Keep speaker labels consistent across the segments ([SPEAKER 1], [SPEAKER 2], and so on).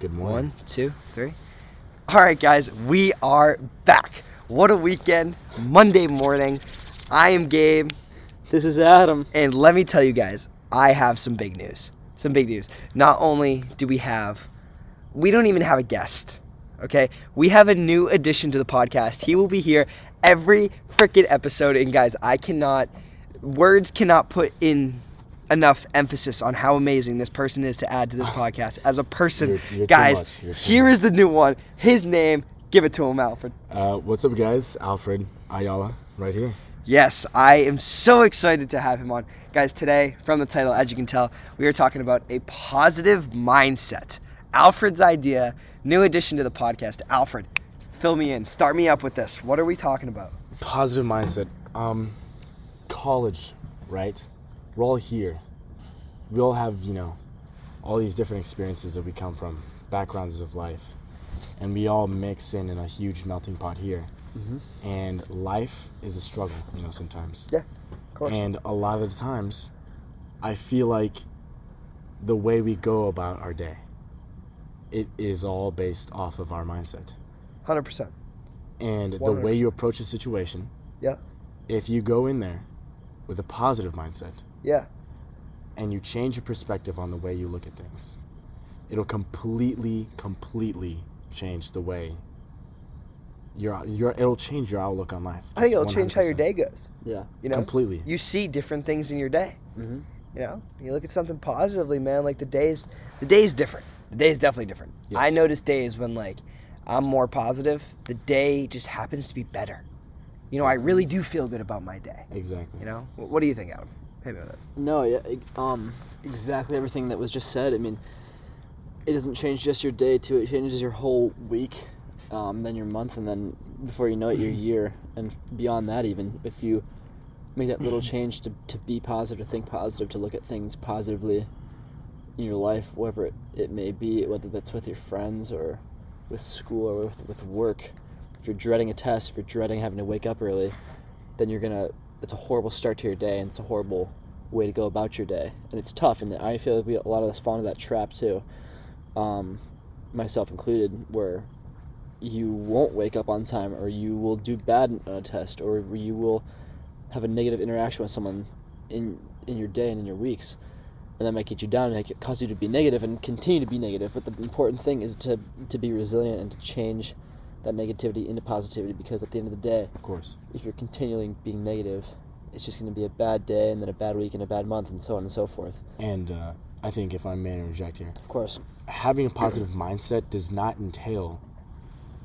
[SPEAKER 1] Good morning.
[SPEAKER 2] One, two, three. All right, guys, we are back. What a weekend! Monday morning. I am Gabe,
[SPEAKER 3] This is Adam.
[SPEAKER 2] and let me tell you guys, I have some big news. Some big news. Not only do we have, we don't even have a guest, okay? We have a new addition to the podcast. He will be here every freaking episode. And guys, I cannot, words cannot put in enough emphasis on how amazing this person is to add to this podcast as a person.
[SPEAKER 1] You're- you're too
[SPEAKER 2] guys,
[SPEAKER 1] much. You're too
[SPEAKER 2] here
[SPEAKER 1] much.
[SPEAKER 2] is the new one. His name, give it to him, Alfred.
[SPEAKER 1] Uh, what's up, guys? Alfred Ayala, right here.
[SPEAKER 2] Yes, I am so excited to have him on. Guys, today, from the title, as you can tell, we are talking about a positive mindset. Alfred's idea, new addition to the podcast. Alfred, fill me in, start me up with this. What are we talking about?
[SPEAKER 1] Positive mindset. Um, college, right? We're all here. We all have, you know, all these different experiences that we come from, backgrounds of life, and we all mix in in a huge melting pot here. And life is a struggle, you know, sometimes.
[SPEAKER 2] Mm-hmm. Yeah, of course.
[SPEAKER 1] And a lot of the times, I feel like the way we go about our day, it is all based off of our mindset.
[SPEAKER 2] 100%.
[SPEAKER 1] And the way
[SPEAKER 2] 100%.
[SPEAKER 1] you approach a situation,
[SPEAKER 2] Yeah,
[SPEAKER 1] if you go in there with a positive mindset
[SPEAKER 2] yeah,
[SPEAKER 1] and you change your perspective on the way you look at things, it'll completely, completely change the way your your it'll change your outlook on life.
[SPEAKER 2] I
[SPEAKER 1] Just
[SPEAKER 2] think it'll change how your
[SPEAKER 1] 100%.
[SPEAKER 2] day goes.
[SPEAKER 3] Yeah.
[SPEAKER 2] You know,
[SPEAKER 1] Completely.
[SPEAKER 2] you see different things in your day.
[SPEAKER 1] Mm-hmm.
[SPEAKER 3] Mhm.
[SPEAKER 2] You know, you look at something positively, man. Like the days, the day's different. The day's definitely different. I
[SPEAKER 1] Yes.
[SPEAKER 2] notice days when like I'm more positive. The day just happens to be better. You know, I really do feel good about my day.
[SPEAKER 1] Exactly.
[SPEAKER 2] You know, Wh- what do you think, Adam? Hit me with it.
[SPEAKER 3] No, yeah, e- um, exactly everything that was just said. I mean, it doesn't change just your day too. It changes your whole week, um, then your month, and then before you know it, your year, and beyond that even. If you make that little change to, to be positive, to think positive, to look at things positively in your life, whatever it, it may be, whether that's with your friends or with school or with, with work. If you're dreading a test, if you're dreading having to wake up early, then you're gonna. It's a horrible start to your day, and it's a horrible way to go about your day, and it's tough. And I feel like we, a lot of us fall into that trap too, um, myself included, where you won't wake up on time, or you will do bad on a test, or you will have a negative interaction with someone in in your day and in your weeks, and that might get you down, and might cause you to be negative and continue to be negative. But the important thing is to to be resilient and to change that negativity into positivity, because at the end of the day
[SPEAKER 1] Of course.
[SPEAKER 3] if you're continually being negative, it's just going to be a bad day and then a bad week and a bad month and so on and so forth.
[SPEAKER 1] And uh, I think if I may interject here,
[SPEAKER 3] Of course.
[SPEAKER 1] having a positive mindset does not entail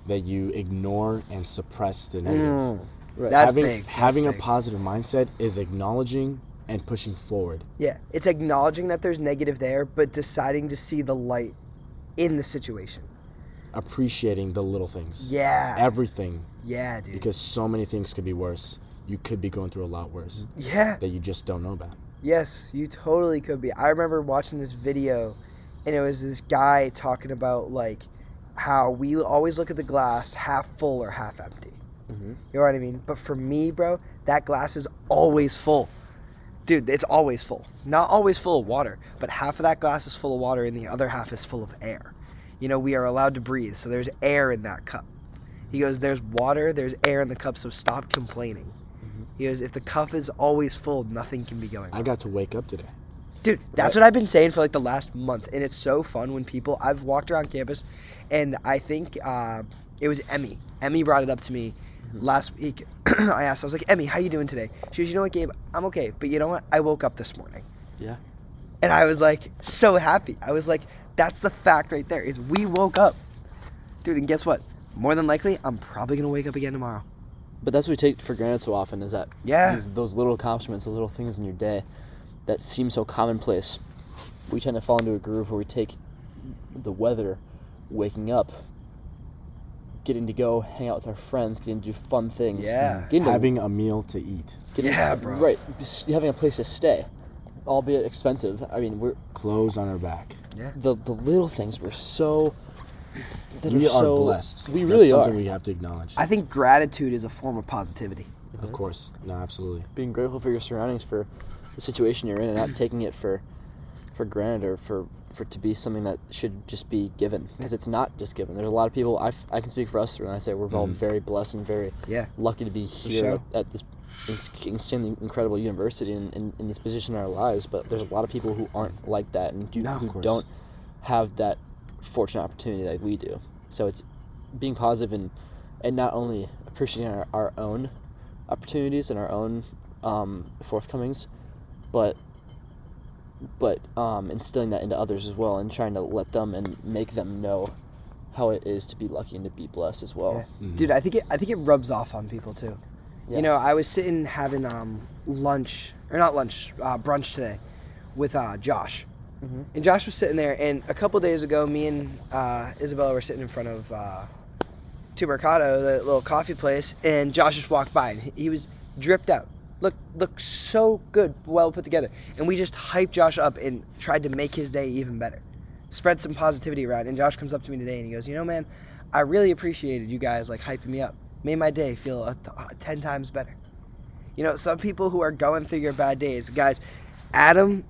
[SPEAKER 1] that you ignore and suppress the negative.
[SPEAKER 3] Right.
[SPEAKER 2] That's
[SPEAKER 1] Mm. having
[SPEAKER 2] big. That's
[SPEAKER 1] having a
[SPEAKER 2] big.
[SPEAKER 1] positive mindset is acknowledging and pushing forward.
[SPEAKER 2] Yeah, it's acknowledging that there's negative there, but deciding to see the light in the situation.
[SPEAKER 1] appreciating the little things.
[SPEAKER 2] Yeah,
[SPEAKER 1] Everything.
[SPEAKER 2] yeah, dude.
[SPEAKER 1] Because so many things could be worse. You could be going through a lot worse
[SPEAKER 2] yeah.
[SPEAKER 1] that you just don't know about.
[SPEAKER 2] Yes, you totally could be. I remember watching this video, and it was this guy talking about like how we always look at the glass half full or half empty.
[SPEAKER 3] Mhm.
[SPEAKER 2] You know what I mean? But for me, bro, that glass is always full. Dude, it's always full. Not always full of water, but half of that glass is full of water and the other half is full of air. You know, we are allowed to breathe, so there's air in that cup. He goes, There's water, there's air in the cup, so stop complaining. He goes, If the cup is always full, nothing can be going on.
[SPEAKER 1] I got to wake up today.
[SPEAKER 2] Dude, that's what I've been saying for like the last month, and it's so fun when people. I've walked around campus, and I think uh, it was Emmy. Emmy brought it up to me last week. I asked, I was like, Emmy, how you doing today? She goes, you know what, Gabe, I'm okay, but you know what? I woke up this morning,
[SPEAKER 3] Yeah.
[SPEAKER 2] and I was like so happy. I was like, that's the fact right there is we woke up, dude. And guess what? More than likely, I'm probably gonna wake up again tomorrow.
[SPEAKER 3] But that's what we take for granted so often is that
[SPEAKER 2] Yeah.
[SPEAKER 3] these, those little accomplishments, those little things in your day that seem so commonplace, we tend to fall into a groove where we take the weather, waking up, getting to go hang out with our friends, getting to do fun things,
[SPEAKER 2] Yeah.
[SPEAKER 3] getting to
[SPEAKER 1] Having a meal to eat,
[SPEAKER 3] getting,
[SPEAKER 2] Yeah, bro.
[SPEAKER 3] right, just having a place to stay, albeit expensive. I mean, we're
[SPEAKER 1] clothes on our back.
[SPEAKER 3] the the little things were so that
[SPEAKER 1] We are
[SPEAKER 3] so-
[SPEAKER 1] blessed.
[SPEAKER 3] We
[SPEAKER 1] That's
[SPEAKER 3] really are.
[SPEAKER 1] something we have to acknowledge.
[SPEAKER 2] I think gratitude is a form of positivity.
[SPEAKER 1] Of course. No, absolutely.
[SPEAKER 3] Being grateful for your surroundings, for the situation you're in, and not taking it for for granted or for for it to be something that should just be given because it's not just given. There's a lot of people I, f- I can speak for us when I say we're
[SPEAKER 1] Mm-hmm.
[SPEAKER 3] all very blessed and very
[SPEAKER 2] Yeah.
[SPEAKER 3] lucky to be here
[SPEAKER 2] sure.
[SPEAKER 3] at, at this ins- insanely incredible university and in, in this position in our lives. But there's a lot of people who aren't like that and do,
[SPEAKER 1] No, of
[SPEAKER 3] who
[SPEAKER 1] course.
[SPEAKER 3] don't have that fortunate opportunity like we do. So it's being positive and and not only appreciating our, our own opportunities and our own um, forthcomings, but but um, instilling that into others as well and trying to let them and make them know how it is to be lucky and to be blessed as well.
[SPEAKER 2] Dude, I think it, I think it rubs off on people too.
[SPEAKER 3] Yeah.
[SPEAKER 2] You know, I was sitting having um, lunch or not lunch, uh, brunch today with uh, Josh, and Josh was sitting there. And a couple days ago, me and uh, Isabella were sitting in front of uh, Tu Mercado, the little coffee place, and Josh just walked by and he- he was dripped out. Look, looked so good, well put together, and we just hyped Josh up and tried to make his day even better spread some positivity around. And Josh comes up to me today and he goes, "You know, man, I really appreciated you guys like hyping me up. Made my day feel a t- a ten times better." You know, some people who are going through your bad days, guys. Adam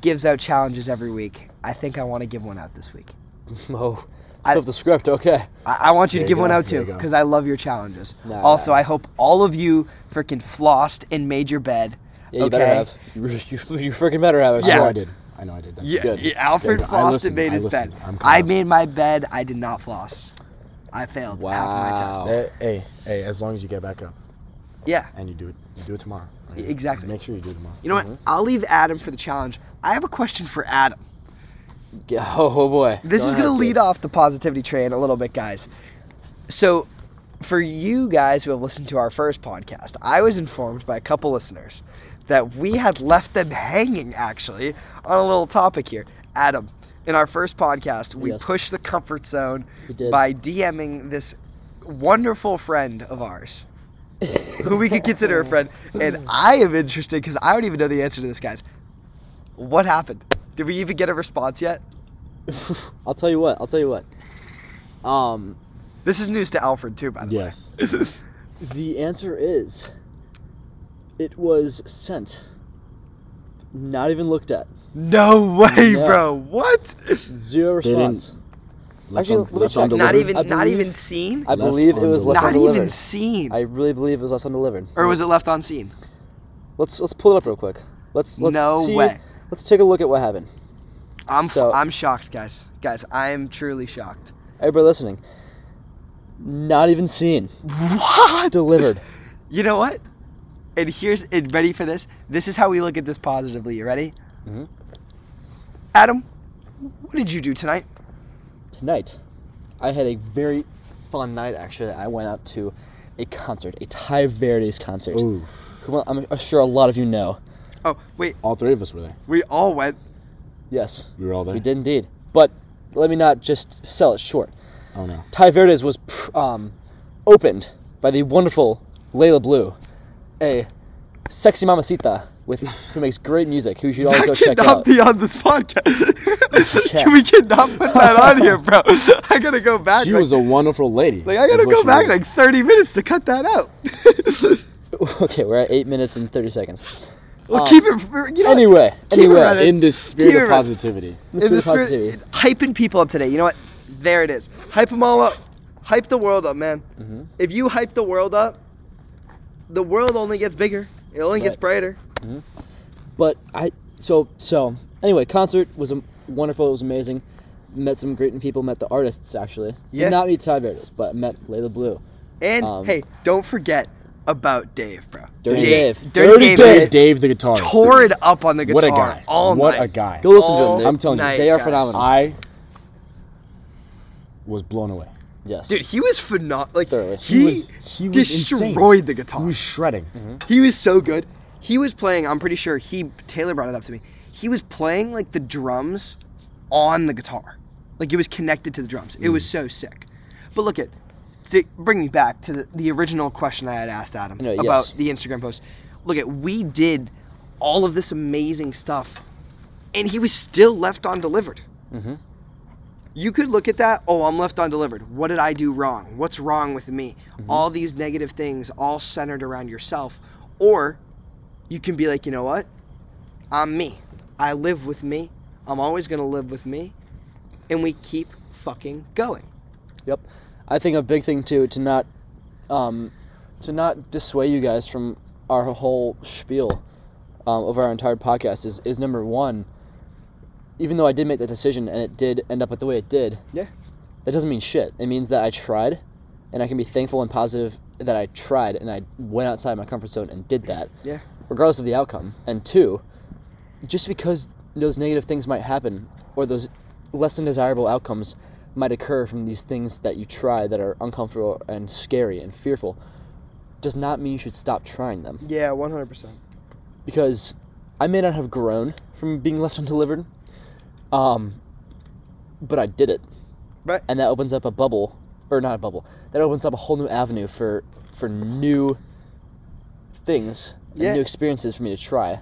[SPEAKER 2] gives out challenges every week. I think I want to give one out this week.
[SPEAKER 3] Oh,
[SPEAKER 2] I-
[SPEAKER 3] flip the script. Okay.
[SPEAKER 2] I, I want you
[SPEAKER 1] There you
[SPEAKER 2] to give
[SPEAKER 1] go,
[SPEAKER 2] one out
[SPEAKER 1] there
[SPEAKER 2] too
[SPEAKER 1] you go.
[SPEAKER 2] because I love your challenges.
[SPEAKER 3] Nah.
[SPEAKER 2] also, I hope all of you freaking flossed and made your bed.
[SPEAKER 3] Yeah, you
[SPEAKER 2] okay?
[SPEAKER 3] better have. You, re- you, f- you freaking better have it.
[SPEAKER 1] I
[SPEAKER 2] Yeah.
[SPEAKER 1] know
[SPEAKER 3] Sure.
[SPEAKER 1] I did. I know I did. That's
[SPEAKER 2] Yeah,
[SPEAKER 1] good.
[SPEAKER 2] yeah, Alfred
[SPEAKER 1] Good. I
[SPEAKER 2] flossed
[SPEAKER 1] listened.
[SPEAKER 2] and made
[SPEAKER 1] I
[SPEAKER 2] his
[SPEAKER 1] listened.
[SPEAKER 2] bed.
[SPEAKER 1] I'm
[SPEAKER 2] I
[SPEAKER 1] caught up.
[SPEAKER 2] made my bed. I did not floss. I failed half of my test.
[SPEAKER 3] Wow.
[SPEAKER 1] Hey, hey, hey, as long as you get back up
[SPEAKER 2] Yeah.
[SPEAKER 1] and you do it, you do it tomorrow. right?
[SPEAKER 2] Exactly.
[SPEAKER 1] Make sure you do it tomorrow. Mm-hmm.
[SPEAKER 2] You know what? I'll leave Adam for the challenge. I have a question for Adam.
[SPEAKER 3] Yeah, Oh, oh boy.
[SPEAKER 2] This
[SPEAKER 3] Don't
[SPEAKER 2] is going to
[SPEAKER 3] have
[SPEAKER 2] lead off the positivity train a little bit, guys. So, for you guys who have listened to our first podcast, I was informed by a couple listeners that we had left them hanging actually on a little topic here. Adam, in our first podcast, we
[SPEAKER 3] Yes.
[SPEAKER 2] pushed the comfort zone
[SPEAKER 3] We did.
[SPEAKER 2] by DMing this wonderful friend of ours. who we could consider a friend. And I am interested because I don't even know the answer to this, guys. What happened? Did we even get a response yet?
[SPEAKER 3] I'll tell you what. I'll tell you what. Um,
[SPEAKER 2] This is news to Alfred too, by the
[SPEAKER 1] Yes.
[SPEAKER 2] way.
[SPEAKER 3] the answer is, it was sent. Not even looked at.
[SPEAKER 2] no way,
[SPEAKER 3] Yeah.
[SPEAKER 2] bro. What?
[SPEAKER 3] Zero
[SPEAKER 1] didn't-
[SPEAKER 3] response.
[SPEAKER 1] Left
[SPEAKER 3] Actually,
[SPEAKER 1] on-
[SPEAKER 3] let me
[SPEAKER 1] left
[SPEAKER 3] check.
[SPEAKER 1] undelivered.
[SPEAKER 2] Not even,
[SPEAKER 3] I
[SPEAKER 2] not even
[SPEAKER 3] believe-
[SPEAKER 2] seen.
[SPEAKER 3] I
[SPEAKER 1] Left
[SPEAKER 3] believe it was left
[SPEAKER 2] not
[SPEAKER 3] undelivered.
[SPEAKER 2] even Er- seen.
[SPEAKER 3] I really believe it was left undelivered.
[SPEAKER 2] or was it left on scene?
[SPEAKER 3] Let's let's pull it up real quick. Let's let's
[SPEAKER 2] No
[SPEAKER 3] see.
[SPEAKER 2] way.
[SPEAKER 3] Let's take a look at what happened.
[SPEAKER 2] I'm,
[SPEAKER 3] So-
[SPEAKER 2] I'm shocked, guys. Guys, I am truly shocked.
[SPEAKER 3] Everybody listening. Not even seen.
[SPEAKER 2] What?
[SPEAKER 3] Delivered.
[SPEAKER 2] You know what? And here's and ready for this. This is how we look at this positively. You ready?
[SPEAKER 3] Mhm.
[SPEAKER 2] Adam, what did you do tonight?
[SPEAKER 3] tonight i had a very fun night actually i went out to a concert a ty verdes concert
[SPEAKER 1] Ooh,
[SPEAKER 3] who well, i'm sure a lot of you know
[SPEAKER 2] Oh, wait.
[SPEAKER 1] all three of us were there.
[SPEAKER 2] We all went.
[SPEAKER 3] yes
[SPEAKER 1] We were all there.
[SPEAKER 3] we did indeed but let me not just sell it short
[SPEAKER 1] Oh no.
[SPEAKER 3] ty verdes was pr- um, opened by the wonderful layla blue a sexy mamacita with who makes great music who you should always Oh, go
[SPEAKER 2] that
[SPEAKER 3] check
[SPEAKER 2] cannot
[SPEAKER 3] out
[SPEAKER 2] be on this podcast.
[SPEAKER 3] check.
[SPEAKER 2] Can we cannot put that on here, bro? I gotta go back.
[SPEAKER 1] She
[SPEAKER 2] like,
[SPEAKER 1] was a wonderful lady.
[SPEAKER 2] like, I
[SPEAKER 1] is
[SPEAKER 2] gotta
[SPEAKER 1] what
[SPEAKER 2] go
[SPEAKER 1] she
[SPEAKER 2] back
[SPEAKER 1] was.
[SPEAKER 2] like 30 minutes to cut that out.
[SPEAKER 3] okay we're at 8 minutes and 30 seconds
[SPEAKER 2] well,
[SPEAKER 3] Um,
[SPEAKER 2] keep it. You know,
[SPEAKER 3] anyway
[SPEAKER 2] keep it
[SPEAKER 3] anyway
[SPEAKER 2] running.
[SPEAKER 1] in the spirit
[SPEAKER 2] Keep it
[SPEAKER 1] of
[SPEAKER 2] right.
[SPEAKER 1] positivity.
[SPEAKER 3] in the spirit
[SPEAKER 2] In
[SPEAKER 3] of positivity
[SPEAKER 2] spirit- hyping people up today. You know what? There it is. Hype them all up. Hype the world up, man.
[SPEAKER 1] Mm-hmm.
[SPEAKER 2] If you hype the world up, the world only gets bigger. It only gets
[SPEAKER 3] Right.
[SPEAKER 2] brighter.
[SPEAKER 3] but I so so anyway, concert was a wonderful. It was amazing. Met some great people. Met the artists actually.
[SPEAKER 2] Yeah.
[SPEAKER 3] Did not meet Ty Verdes, but met Layla Blue.
[SPEAKER 2] And
[SPEAKER 3] Um,
[SPEAKER 2] hey, don't forget about Dave, bro.
[SPEAKER 3] Dirty Dave.
[SPEAKER 2] Dirty, Dave,
[SPEAKER 1] Dave, Dave the guitarist.
[SPEAKER 2] tore it up on the guitar
[SPEAKER 1] What a guy.
[SPEAKER 2] all
[SPEAKER 1] What
[SPEAKER 2] night.
[SPEAKER 1] a guy.
[SPEAKER 3] Go listen
[SPEAKER 2] All
[SPEAKER 3] to them.
[SPEAKER 1] I'm telling you,
[SPEAKER 2] night,
[SPEAKER 3] they are
[SPEAKER 2] guys.
[SPEAKER 3] phenomenal.
[SPEAKER 1] I was blown away.
[SPEAKER 3] Yes,
[SPEAKER 2] Dude, he was phenomenal. Like
[SPEAKER 3] Thoroughly.
[SPEAKER 2] he,
[SPEAKER 1] was he was insane.
[SPEAKER 2] destroyed the guitar. Mm-hmm.
[SPEAKER 1] He was shredding.
[SPEAKER 3] Mm-hmm.
[SPEAKER 2] He was so good. He was playing. I'm pretty sure he Taylor brought it up to me. He was playing like the drums on the guitar, like it was connected to the drums. It
[SPEAKER 3] Mm.
[SPEAKER 2] was so sick. But look at to bring me back to the, the original question I had asked Adam
[SPEAKER 3] No,
[SPEAKER 2] about
[SPEAKER 3] yes.
[SPEAKER 2] the Instagram post. Look at we did all of this amazing stuff, and he was still left undelivered. You could look at that. Oh, I'm left undelivered. What did I do wrong? What's wrong with me? All these negative things, all centered around yourself. Or you can be like, you know what? I'm me. I live with me. I'm always going to live with me. And we keep fucking going.
[SPEAKER 3] Yep. I think a big thing too to not um, to not dissuade you guys from our whole spiel um, of our entire podcast is, is number one. Even though I did make that decision and it did end up with the way it did,
[SPEAKER 2] Yeah.
[SPEAKER 3] that doesn't mean shit. It means that I tried, and I can be thankful and positive that I tried and I went outside my comfort zone and did that.
[SPEAKER 2] Yeah.
[SPEAKER 3] regardless of the outcome. And two, just because those negative things might happen or those less than desirable outcomes might occur from these things that you try that are uncomfortable and scary and fearful does not mean you should stop trying them.
[SPEAKER 2] Yeah, 100%.
[SPEAKER 3] Because I may not have grown from being left undelivered, um, but I did it.
[SPEAKER 2] Right.
[SPEAKER 3] And that opens up a bubble, or not a bubble, that opens up a whole new avenue for, for new things and
[SPEAKER 2] Yeah.
[SPEAKER 3] new experiences for me to try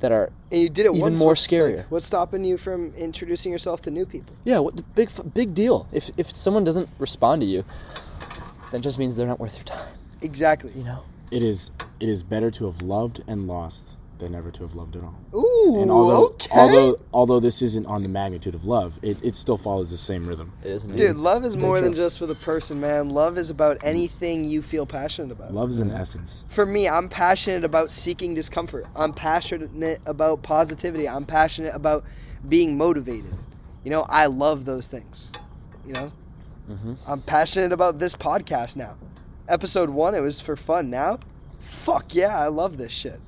[SPEAKER 3] that are
[SPEAKER 2] And you did it
[SPEAKER 3] Even
[SPEAKER 2] once.
[SPEAKER 3] more
[SPEAKER 2] what's, like,
[SPEAKER 3] scarier.
[SPEAKER 2] what's stopping you from introducing yourself to new people?
[SPEAKER 3] Yeah, what the big f- big deal? If if someone doesn't respond to you, that just means they're not worth your time.
[SPEAKER 2] Exactly.
[SPEAKER 3] You know.
[SPEAKER 1] It is it is better to have loved and lost than never to have loved at all.
[SPEAKER 2] Ooh,
[SPEAKER 1] And although
[SPEAKER 2] okay.
[SPEAKER 1] although although this isn't on the magnitude of love, it, it still follows the same rhythm.
[SPEAKER 3] It is amazing.
[SPEAKER 2] Dude, love is more than just with a person, man. Love is about anything you feel passionate about.
[SPEAKER 1] Love is an essence.
[SPEAKER 2] For me, I'm passionate about seeking discomfort. I'm passionate about positivity. I'm passionate about being motivated. You know, I love those things. You know,
[SPEAKER 3] Mhm.
[SPEAKER 2] I'm passionate about this podcast now. Episode one, it was for fun. Now, fuck yeah, I love this shit.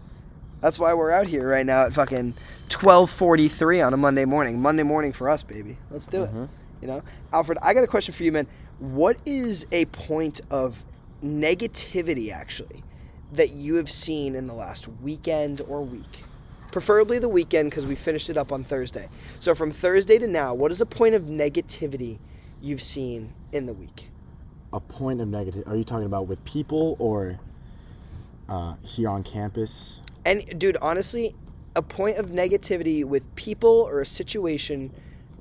[SPEAKER 2] That's why we're out here right now at fucking 12:43 on a Monday morning. Monday morning for us, baby. Let's do it.
[SPEAKER 3] Mhm.
[SPEAKER 2] You know, Alfred, I got a question for you, man. What is a point of negativity actually that you have seen in the last weekend or week? Preferably the weekend because we finished it up on Thursday. So from Thursday to now, what is a point of negativity you've seen in the week?
[SPEAKER 1] A point of negative. Are you talking about with people or uh, here on campus?
[SPEAKER 2] And dude, honestly, a point of negativity with people or a situation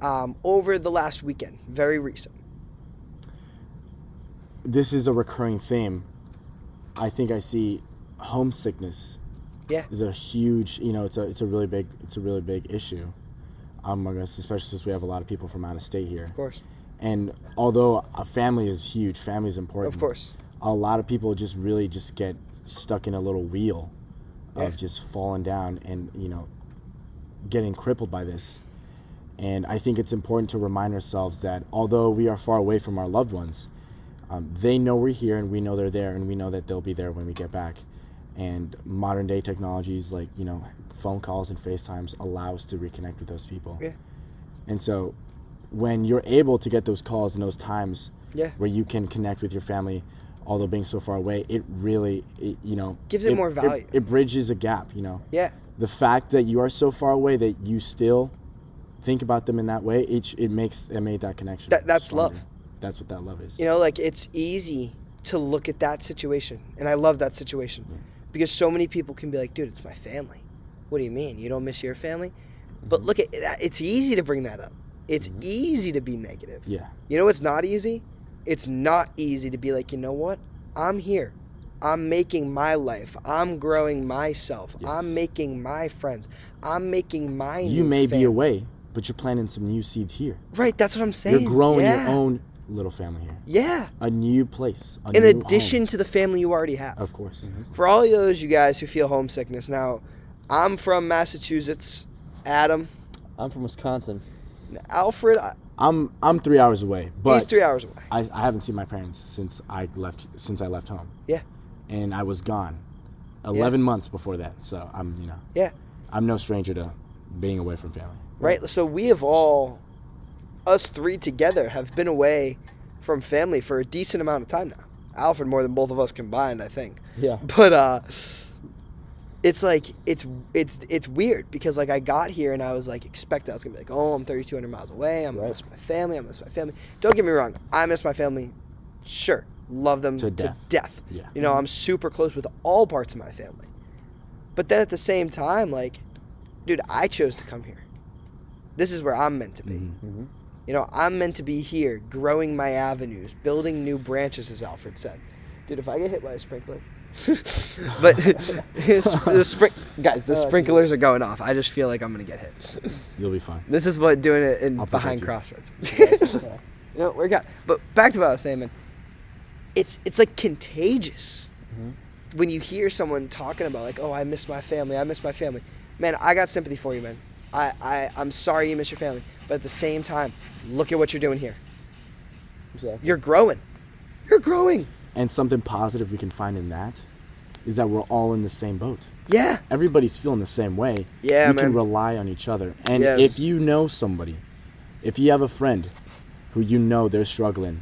[SPEAKER 2] um, over the last weekend, very recent.
[SPEAKER 1] This is a recurring theme. I think I see homesickness.
[SPEAKER 2] Yeah.
[SPEAKER 1] Is a huge. You know, it's a it's a really big it's a really big issue among us, especially since we have a lot of people from out of state here.
[SPEAKER 2] Of course,
[SPEAKER 1] And although a family is huge, family is important.
[SPEAKER 2] of course.
[SPEAKER 1] a lot of people just really just get stuck in a little wheel
[SPEAKER 2] Yeah.
[SPEAKER 1] of just falling down and you know getting crippled by this and i think it's important to remind ourselves that although we are far away from our loved ones um, they know we're here and we know they're there and we know that they'll be there when we get back and modern day technologies like you know phone calls and facetimes allow us to reconnect with those people
[SPEAKER 2] Yeah.
[SPEAKER 1] and so when you're able to get those calls and those times
[SPEAKER 2] Yeah.
[SPEAKER 1] where you can connect with your family although being so far away it really it, you know
[SPEAKER 2] Gives it more value.
[SPEAKER 1] it, bridges a gap you know
[SPEAKER 2] Yeah.
[SPEAKER 1] the fact that you are so far away that you still think about them in that way it, sh- it makes it made that connection
[SPEAKER 2] That- that's
[SPEAKER 1] stronger.
[SPEAKER 2] love.
[SPEAKER 1] that's what that love is
[SPEAKER 2] You know, like it's easy to look at that situation, and I love that situation because so many people can be like, "Dude, it's my family." What do you mean? You don't miss your family? But
[SPEAKER 1] Mm-hmm.
[SPEAKER 2] look at that. It's easy to bring that up. It's easy to be negative.
[SPEAKER 1] yeah
[SPEAKER 2] You know what's not easy? It's not easy to be like, you know what? I'm here. I'm making my life. I'm growing myself.
[SPEAKER 1] Yes.
[SPEAKER 2] I'm making my friends. I'm making my
[SPEAKER 1] you
[SPEAKER 2] new
[SPEAKER 1] may be
[SPEAKER 2] fam-
[SPEAKER 1] away but you're planting some new seeds here
[SPEAKER 2] Right, that's what I'm saying.
[SPEAKER 1] you're growing
[SPEAKER 2] yeah.
[SPEAKER 1] your own little family here
[SPEAKER 2] Yeah.
[SPEAKER 1] a new place a
[SPEAKER 2] In
[SPEAKER 1] new
[SPEAKER 2] addition to the family you already have.
[SPEAKER 1] home. of course
[SPEAKER 2] for all those you guys who feel homesickness now i'm from massachusetts adam
[SPEAKER 3] I'm from Wisconsin.
[SPEAKER 2] alfred I-
[SPEAKER 1] i'm i'm three hours away but
[SPEAKER 2] he's three hours away
[SPEAKER 1] I, I haven't seen my parents since I left since I left home.
[SPEAKER 2] Yeah.
[SPEAKER 1] And I was gone eleven months before that. So I'm you know
[SPEAKER 2] Yeah.
[SPEAKER 1] I'm no stranger to being away from family.
[SPEAKER 2] right so we have all us three together have been away from family for a decent amount of time now alfred more than both of us combined i think
[SPEAKER 3] Yeah.
[SPEAKER 2] but uh it's like it's it's it's weird because like I got here and I was like expecting I was gonna be like oh I'm 3,200 miles away I'm gonna
[SPEAKER 3] Right.
[SPEAKER 2] miss my family I miss my family don't get me wrong I miss my family sure love them
[SPEAKER 1] To
[SPEAKER 2] to,
[SPEAKER 1] death.
[SPEAKER 2] death.
[SPEAKER 1] Yeah.
[SPEAKER 2] you know I'm super close with all parts of my family but then at the same time like dude I chose to come here this is where I'm meant to be
[SPEAKER 1] Mhm.
[SPEAKER 2] you know, I'm meant to be here, growing my avenues, building new branches, as Alfred said. Dude, if I get hit by a sprinkler, but the sprin- guys, the
[SPEAKER 3] Oh, geez.
[SPEAKER 2] sprinklers are going off. I just feel like I'm gonna get hit.
[SPEAKER 1] You'll be fine.
[SPEAKER 2] This is what doing it in
[SPEAKER 1] I'll protect
[SPEAKER 2] behind
[SPEAKER 1] you.
[SPEAKER 2] crossroads. You know, we're got. But back to what I was saying, man. It's it's like contagious
[SPEAKER 1] Mm-hmm.
[SPEAKER 2] when you hear someone talking about like, oh, I miss my family. I miss my family. Man, I got sympathy for you, man. I, I I'm sorry you miss your family, but at the same time, look at what you're doing here.
[SPEAKER 3] Exactly.
[SPEAKER 2] You're growing. You're growing.
[SPEAKER 1] And something positive we can find in that is that we're all in the same boat.
[SPEAKER 2] Yeah.
[SPEAKER 1] Everybody's feeling the same way.
[SPEAKER 2] Yeah,
[SPEAKER 1] we
[SPEAKER 2] man.
[SPEAKER 1] can rely on each other. And
[SPEAKER 2] Yes.
[SPEAKER 1] if you know somebody, if you have a friend who you know they're struggling,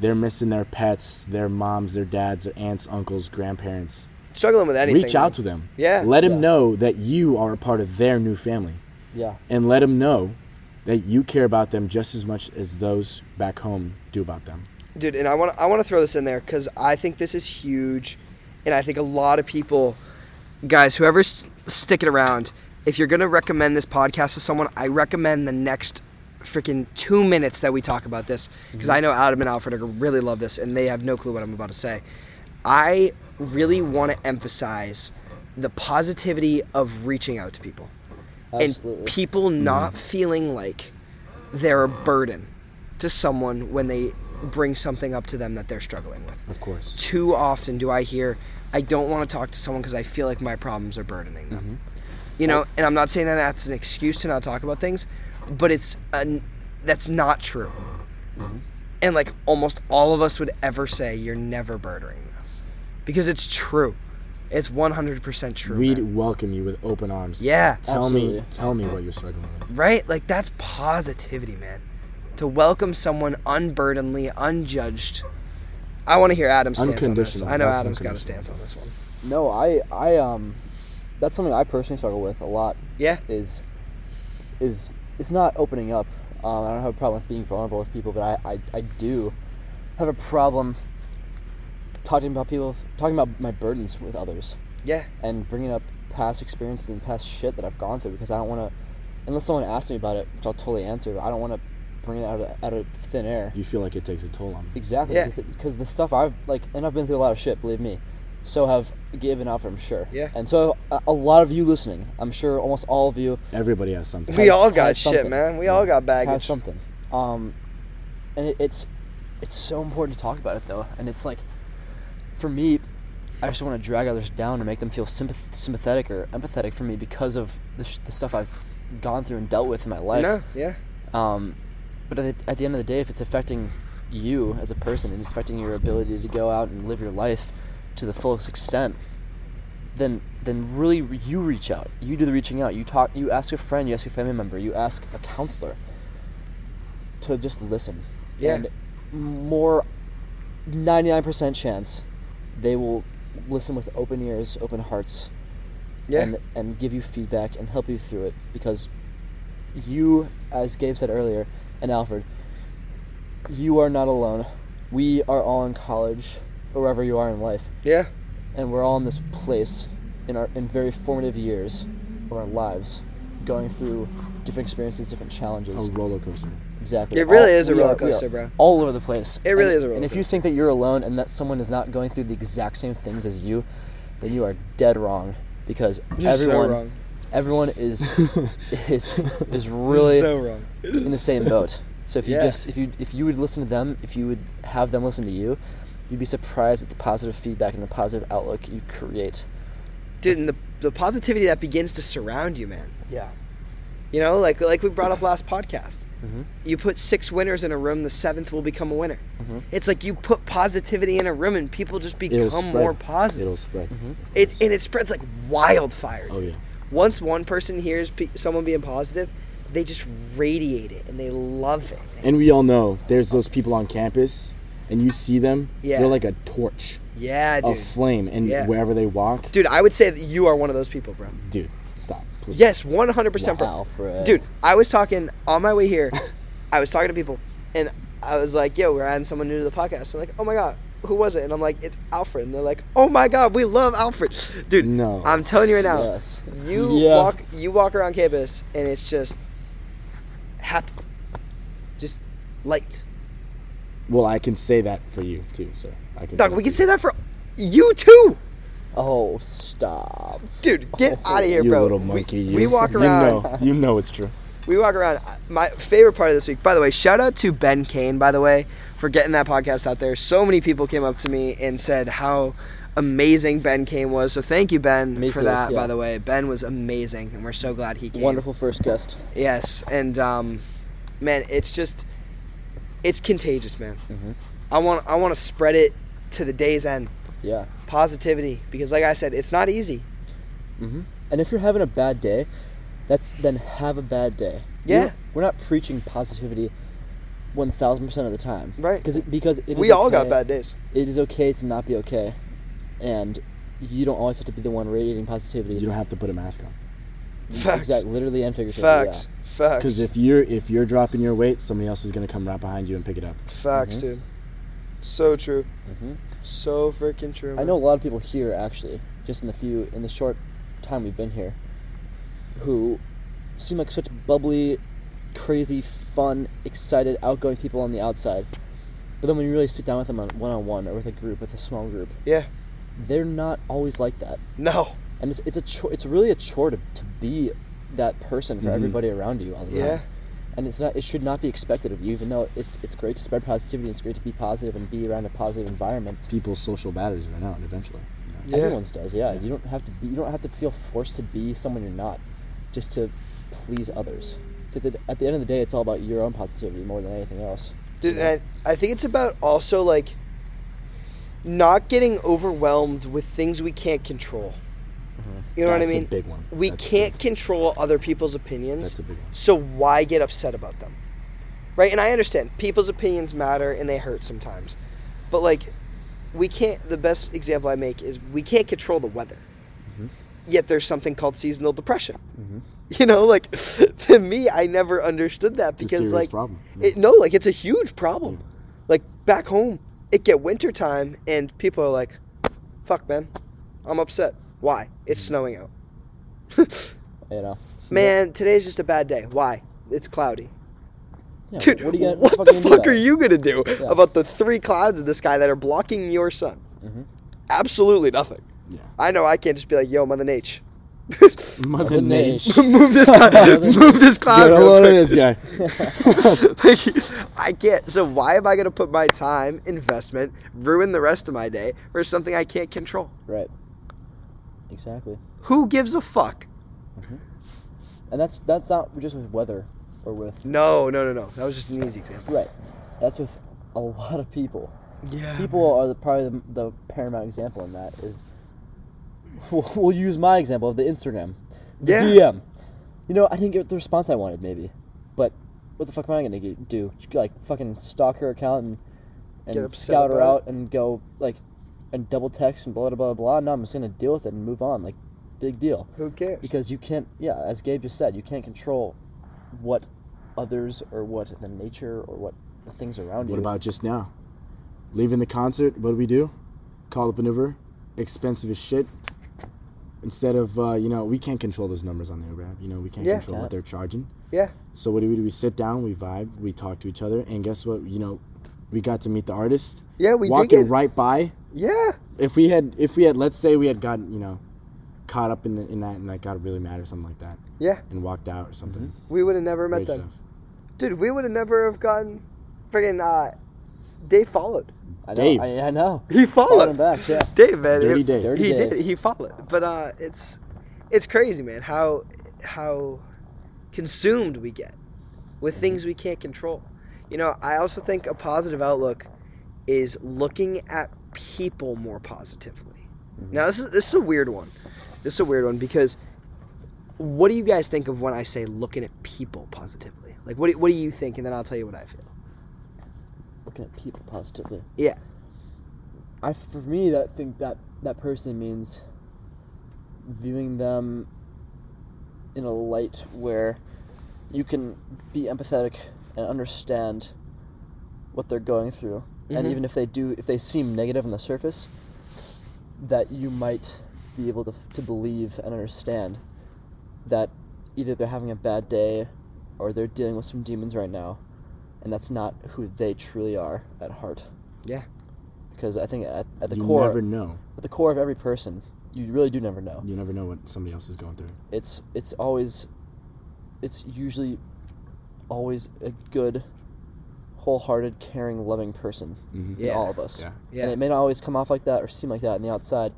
[SPEAKER 1] they're missing their pets, their moms, their dads, their aunts, uncles, grandparents,
[SPEAKER 2] Struggling with anything.
[SPEAKER 1] reach out
[SPEAKER 2] man.
[SPEAKER 1] to them.
[SPEAKER 2] Yeah.
[SPEAKER 1] Let them
[SPEAKER 3] Yeah.
[SPEAKER 1] know that you are a part of their new family.
[SPEAKER 3] Yeah.
[SPEAKER 1] and let them know that you care about them just as much as those back home do about them.
[SPEAKER 2] dude and i want i want to throw this in there because i think this is huge and i think a lot of people guys whoever's sticking around if you're gonna recommend this podcast to someone i recommend the next freaking two minutes that we talk about this because i know adam and alfred are gonna really love this and they have no clue what i'm about to say i really want to emphasize the positivity of reaching out to people
[SPEAKER 3] Absolutely.
[SPEAKER 2] and people not feeling like they're a burden to someone when they bring something up to them that they're struggling with.
[SPEAKER 1] Of course.
[SPEAKER 2] Too often do I hear, I don't want to talk to someone because I feel like my problems are burdening them.
[SPEAKER 1] Mm-hmm.
[SPEAKER 2] You know, and I'm not saying that that's an excuse to not talk about things, but it's an, that's not true.
[SPEAKER 1] Mm-hmm.
[SPEAKER 2] And like almost all of us would ever say, you're never burdening us because it's true. It's 100% true.
[SPEAKER 1] We'd
[SPEAKER 2] man.
[SPEAKER 1] welcome you with open arms.
[SPEAKER 2] Yeah.
[SPEAKER 1] Tell me
[SPEAKER 3] Absolutely.
[SPEAKER 1] tell me what you're struggling with.
[SPEAKER 2] Right? Like that's positivity, man. To welcome someone unburdenedly, unjudged. I want to hear Adam's stance on this.
[SPEAKER 1] Unconditional.
[SPEAKER 2] I know
[SPEAKER 1] That's
[SPEAKER 2] Adam's got a
[SPEAKER 1] unconditional.
[SPEAKER 2] stance on this one.
[SPEAKER 3] No, I I um that's something I personally struggle with a lot
[SPEAKER 2] Yeah.
[SPEAKER 3] is is it's not opening up. Um, I don't have a problem with being vulnerable with people, but I, I, I do have a problem talking about people talking about my burdens with others
[SPEAKER 2] Yeah.
[SPEAKER 3] and bringing up past experiences and past shit that I've gone through because I don't want to unless someone asks me about it, which I'll totally answer, but I don't want to bring it out of out of thin air.
[SPEAKER 1] You feel like it takes a toll on me.
[SPEAKER 3] Exactly,
[SPEAKER 2] Yeah.
[SPEAKER 3] because the stuff I've like, and I've been through a lot of shit. Believe me, so have Gabe and Alfred, I'm sure.
[SPEAKER 2] Yeah.
[SPEAKER 3] And so a, a lot of you listening, I'm sure almost all of you
[SPEAKER 1] Everybody has something.
[SPEAKER 2] We all got
[SPEAKER 3] has
[SPEAKER 2] shit,
[SPEAKER 3] something.
[SPEAKER 2] man. We all got
[SPEAKER 3] have
[SPEAKER 2] baggage.
[SPEAKER 3] something. Um, and it, it's it's so important to talk about it though, and it's like, for me, I just want to drag others down and make them feel sympath- sympathetic or empathetic for me because of the, sh- the stuff I've gone through and dealt with in my life.
[SPEAKER 2] no, yeah.
[SPEAKER 3] Um, but at the, at the end of the day, if it's affecting you as a person and it's affecting your ability to go out and live your life to the fullest extent, then then really re- you reach out. You do the reaching out. You talk. You ask a friend. You ask a family member. You ask a counselor to just listen.
[SPEAKER 2] Yeah.
[SPEAKER 3] And more, ninety nine percent chance, they will listen with open ears, open hearts,
[SPEAKER 2] Yeah.
[SPEAKER 3] and, and give you feedback and help you through it because you, as Gabe said earlier, and Alfred, you are not alone. We are all in college, or wherever you are in life,
[SPEAKER 2] yeah.
[SPEAKER 3] and we're all in this place in our in very formative years of our lives, going through different experiences, different
[SPEAKER 1] A
[SPEAKER 3] challenges.
[SPEAKER 1] roller coaster.
[SPEAKER 3] Exactly.
[SPEAKER 2] It really is a
[SPEAKER 3] we
[SPEAKER 2] roller
[SPEAKER 3] are- we are
[SPEAKER 2] coaster, bro.
[SPEAKER 3] All over the place.
[SPEAKER 2] It really
[SPEAKER 3] And-
[SPEAKER 2] is a roller
[SPEAKER 3] And if you
[SPEAKER 2] coaster.
[SPEAKER 3] think that you're alone and that someone is not going through the exact same things as you, then you are dead wrong because
[SPEAKER 2] You're so
[SPEAKER 3] everyone
[SPEAKER 2] wrong.
[SPEAKER 3] everyone is is is really
[SPEAKER 2] so wrong.
[SPEAKER 3] in the same boat. So if you
[SPEAKER 2] Yeah.
[SPEAKER 3] just if you if you would listen to them, if you would have them listen to you, you'd be surprised at the positive feedback and the positive outlook you create.
[SPEAKER 2] Dude, and the, the positivity that begins to surround you, man.
[SPEAKER 3] Yeah.
[SPEAKER 2] You know, like like we brought up last podcast.
[SPEAKER 1] Mm-hmm.
[SPEAKER 3] Mhm.
[SPEAKER 2] You put six winners in a room, the seventh will become a winner.
[SPEAKER 3] Mhm.
[SPEAKER 2] It's like you put positivity in a room and people just
[SPEAKER 1] Mm-hmm. It'll
[SPEAKER 2] become
[SPEAKER 1] spread.
[SPEAKER 2] more positive. Mm-hmm.
[SPEAKER 1] It'll spread.
[SPEAKER 2] It, and it spreads like wildfire.
[SPEAKER 1] Oh yeah.
[SPEAKER 2] once one person hears pe- someone being positive, they just radiate it and they love it.
[SPEAKER 1] And we all know there's those people on campus and you see them,
[SPEAKER 2] Yeah.
[SPEAKER 1] they're like a torch,
[SPEAKER 2] Yeah,
[SPEAKER 1] a
[SPEAKER 2] dude.
[SPEAKER 1] flame and
[SPEAKER 2] Yeah.
[SPEAKER 1] wherever they walk,
[SPEAKER 2] Dude, I would say that you are one of those people, bro.
[SPEAKER 1] dude, stop. Please.
[SPEAKER 2] Yes, 100%. bro.
[SPEAKER 3] Alfred.
[SPEAKER 2] Dude, I was talking on my way here. I was talking to people, and I was like, "Yo, we're adding someone new to the podcast." They're like, "Oh my god, who was it?" And I'm like, "It's Alfred." And they're like, "Oh my god, we love Alfred, dude."
[SPEAKER 1] No.
[SPEAKER 2] I'm telling you right now,
[SPEAKER 3] Yes.
[SPEAKER 2] you
[SPEAKER 3] Yeah.
[SPEAKER 2] walk you walk around campus, and it's just happy, just light.
[SPEAKER 1] Well, I can say that for you too, sir. I can
[SPEAKER 2] Doc,
[SPEAKER 1] say that
[SPEAKER 2] we can
[SPEAKER 1] for
[SPEAKER 2] say that for you too.
[SPEAKER 3] Oh, stop.
[SPEAKER 2] Dude, get out of here,
[SPEAKER 1] Oh, you
[SPEAKER 2] bro.
[SPEAKER 1] little
[SPEAKER 2] We-
[SPEAKER 1] monkey.
[SPEAKER 2] We,
[SPEAKER 1] you.
[SPEAKER 2] walk
[SPEAKER 1] You
[SPEAKER 2] around.
[SPEAKER 1] know, you know it's true.
[SPEAKER 2] We walk around. My favorite part of this week, by the way, shout out to Ben Kane, by the way, for getting that podcast out there. So many people came up to me and said how amazing Ben Kane was. So thank you, Ben,
[SPEAKER 3] Me
[SPEAKER 2] for
[SPEAKER 3] too,
[SPEAKER 2] that,
[SPEAKER 3] yeah.
[SPEAKER 2] by the way. Ben was amazing, and we're so glad he came.
[SPEAKER 3] Wonderful first guest.
[SPEAKER 2] Yes, and um, man, it's just it's contagious, man.
[SPEAKER 3] Mhm.
[SPEAKER 2] I want I want to spread it to the day's end.
[SPEAKER 3] Yeah.
[SPEAKER 2] Positivity, because like I said, it's not easy.
[SPEAKER 3] And if you're having a bad day, that's then have a bad day. We
[SPEAKER 2] Yeah.
[SPEAKER 3] don't- we're not preaching positivity 1000% of the time.
[SPEAKER 2] Right.
[SPEAKER 3] Cuz it, because it is
[SPEAKER 2] we all got
[SPEAKER 3] okay-
[SPEAKER 2] bad days.
[SPEAKER 3] It is okay to not be okay. And you don't always have to be the one radiating positivity.
[SPEAKER 1] You don't have to put a mask on.
[SPEAKER 2] Facts.
[SPEAKER 3] Exactly, literally and figuratively. yeah.
[SPEAKER 2] Facts. Facts.
[SPEAKER 1] Because if you're if you're dropping your weight, somebody else is gonna come right behind you and pick it up.
[SPEAKER 2] Facts,
[SPEAKER 3] mm-hmm.
[SPEAKER 2] dude. So true.
[SPEAKER 3] Mhm.
[SPEAKER 2] So freaking true.
[SPEAKER 3] I
[SPEAKER 2] man.
[SPEAKER 3] know a lot of people here actually, just in the few in the short time we've been here, who seem like such bubbly, crazy, fun, excited, outgoing people on the outside. But then when you really sit down with them on one on one or with a group, with a small group,
[SPEAKER 2] Yeah.
[SPEAKER 3] they're not always like that.
[SPEAKER 2] No.
[SPEAKER 3] And it's it's a chore, it's really a chore to, to be that person for
[SPEAKER 1] Mhm.
[SPEAKER 3] everybody around you all the time.
[SPEAKER 2] Yeah.
[SPEAKER 3] And it's not it should not be expected of you, even though it's it's great to spread positivity. It's great to be positive and be around a positive environment.
[SPEAKER 1] People's social batteries run out eventually.
[SPEAKER 2] Yeah.
[SPEAKER 3] Everyone's does, yeah. You don't have to be, you don't have to feel forced to be someone you're not, just to please others. Because at the end of the day, it's all about your own positivity more than anything else.
[SPEAKER 2] Dude, and I, I think it's about also like not getting overwhelmed with things we can't control. You know
[SPEAKER 1] Mm-hmm. That's
[SPEAKER 2] what I
[SPEAKER 1] A
[SPEAKER 2] mean?
[SPEAKER 1] big one.
[SPEAKER 2] We
[SPEAKER 1] That's a
[SPEAKER 2] can't
[SPEAKER 1] big-
[SPEAKER 2] control other people's opinions.
[SPEAKER 1] That's a big one.
[SPEAKER 2] So why get upset about them? Right? And I understand people's opinions matter and they hurt sometimes. But like we can't the best example I make is we can't control the weather.
[SPEAKER 1] Mm-hmm.
[SPEAKER 2] Yet there's something called seasonal depression. You know, like to me I never understood that
[SPEAKER 1] It's a
[SPEAKER 2] because
[SPEAKER 1] serious
[SPEAKER 2] like
[SPEAKER 1] problem.
[SPEAKER 2] it, no, like it's a huge problem. Like back home, it get winter time and people are like, "Fuck, man, I'm upset. Why? It's
[SPEAKER 1] Mm-hmm.
[SPEAKER 2] snowing out."
[SPEAKER 3] You know,
[SPEAKER 2] Man, today's just a bad day. Why? It's cloudy.
[SPEAKER 3] Yeah,
[SPEAKER 2] Dude, what,
[SPEAKER 3] do you got-
[SPEAKER 2] the fuck,
[SPEAKER 3] do do about
[SPEAKER 2] are
[SPEAKER 3] it?
[SPEAKER 2] you gonna do
[SPEAKER 3] Yeah.
[SPEAKER 2] about the three clouds in the sky that are blocking your sun?
[SPEAKER 3] Mhm.
[SPEAKER 2] Absolutely nothing.
[SPEAKER 1] Mm-hmm. Yeah.
[SPEAKER 2] I know I can't just be like, yo, Mother Nature.
[SPEAKER 1] Mother nature.
[SPEAKER 3] Nature.
[SPEAKER 2] move this cloud. move this cloud.
[SPEAKER 1] Get a
[SPEAKER 2] real
[SPEAKER 1] load of
[SPEAKER 2] quick.
[SPEAKER 1] this guy.
[SPEAKER 2] like, I can't. So why am I gonna put my time, investment, ruin the rest of my day for something I can't control?
[SPEAKER 3] Right. Exactly.
[SPEAKER 2] Who gives a fuck?
[SPEAKER 3] And that's that's not just with weather or with
[SPEAKER 2] No, no, no, no. That was just an easy example.
[SPEAKER 3] right. That's with a lot of people.
[SPEAKER 2] Yeah.
[SPEAKER 3] People are the, probably the, the paramount example in that is. We'll, we'll use my example of the Instagram, the
[SPEAKER 2] Yeah.
[SPEAKER 3] DM. You know, I didn't get the response I wanted, maybe, but what the fuck am I gonna get, do? Just, Like fucking stalk her account and
[SPEAKER 2] Get
[SPEAKER 3] and
[SPEAKER 2] upset
[SPEAKER 3] scout her
[SPEAKER 2] about
[SPEAKER 3] out and go like and double text and blah blah blah blah. No, I'm just gonna deal with it and move on. Like, big deal
[SPEAKER 2] Who cares?
[SPEAKER 3] because you can't yeah as gabe just said you can't control what others or what the nature or what the things around you
[SPEAKER 1] What about just now? Leaving the concert, what do we do? Call up an Uber. Expensive as shit. Instead of, uh, you know, we can't control those numbers on the Uber app. You know, we can't
[SPEAKER 2] Yeah.
[SPEAKER 1] control what they're charging.
[SPEAKER 2] Yeah.
[SPEAKER 1] So what do we do? We sit down, we vibe, we talk to each other, and guess what? You know, we got to meet the artist.
[SPEAKER 2] Yeah, we
[SPEAKER 1] walking
[SPEAKER 2] dig it.
[SPEAKER 1] right by.
[SPEAKER 2] Yeah.
[SPEAKER 1] If we had, if we had, let's say we had gotten, you know, caught up in, the, in that and like got really mad or something like that.
[SPEAKER 2] Yeah.
[SPEAKER 1] And walked out or something.
[SPEAKER 2] We would have never met
[SPEAKER 1] Raged
[SPEAKER 2] them.
[SPEAKER 1] off.
[SPEAKER 2] Dude, we would have never have gotten friggin' uh, Dave followed.
[SPEAKER 3] I know,
[SPEAKER 1] Dave.
[SPEAKER 3] I, I know
[SPEAKER 2] He followed.
[SPEAKER 3] Following back, yeah.
[SPEAKER 2] Dave, man.
[SPEAKER 1] Dirty
[SPEAKER 2] it-
[SPEAKER 1] Dave.
[SPEAKER 3] Dirty
[SPEAKER 2] he
[SPEAKER 3] Dave.
[SPEAKER 2] did. He followed. But uh, it's it's crazy, man. How how consumed we get with things we can't control. You know, I also think a positive outlook is looking at people more positively. Now, this is this is a weird one. This is a weird one because what do you guys think of when I say looking at people positively? Like, what do, what do you think? And then I'll tell you what I feel.
[SPEAKER 3] looking at people positively
[SPEAKER 2] Yeah.
[SPEAKER 3] i for me that think that that person means viewing them in a light where you can be empathetic and understand what they're going through and
[SPEAKER 1] Mm-hmm.
[SPEAKER 2] Mhm.
[SPEAKER 3] even if they do if they seem negative on the surface that you might be able to, to believe and understand that either they're having a bad day or they're dealing with some demons right now and that's not who they truly are at heart
[SPEAKER 2] Yeah.
[SPEAKER 3] because i think at, at the
[SPEAKER 1] you
[SPEAKER 3] core
[SPEAKER 1] never know.
[SPEAKER 3] at the core of every person you really do never know.
[SPEAKER 1] You never know what somebody else is going through.
[SPEAKER 3] It's it's always it's usually always a good wholehearted, caring, loving person
[SPEAKER 1] Mhm.
[SPEAKER 3] in
[SPEAKER 2] Yeah.
[SPEAKER 3] all of us.
[SPEAKER 1] Yeah.
[SPEAKER 2] Yeah.
[SPEAKER 3] And it may not always come off like that or seem like that on the outside,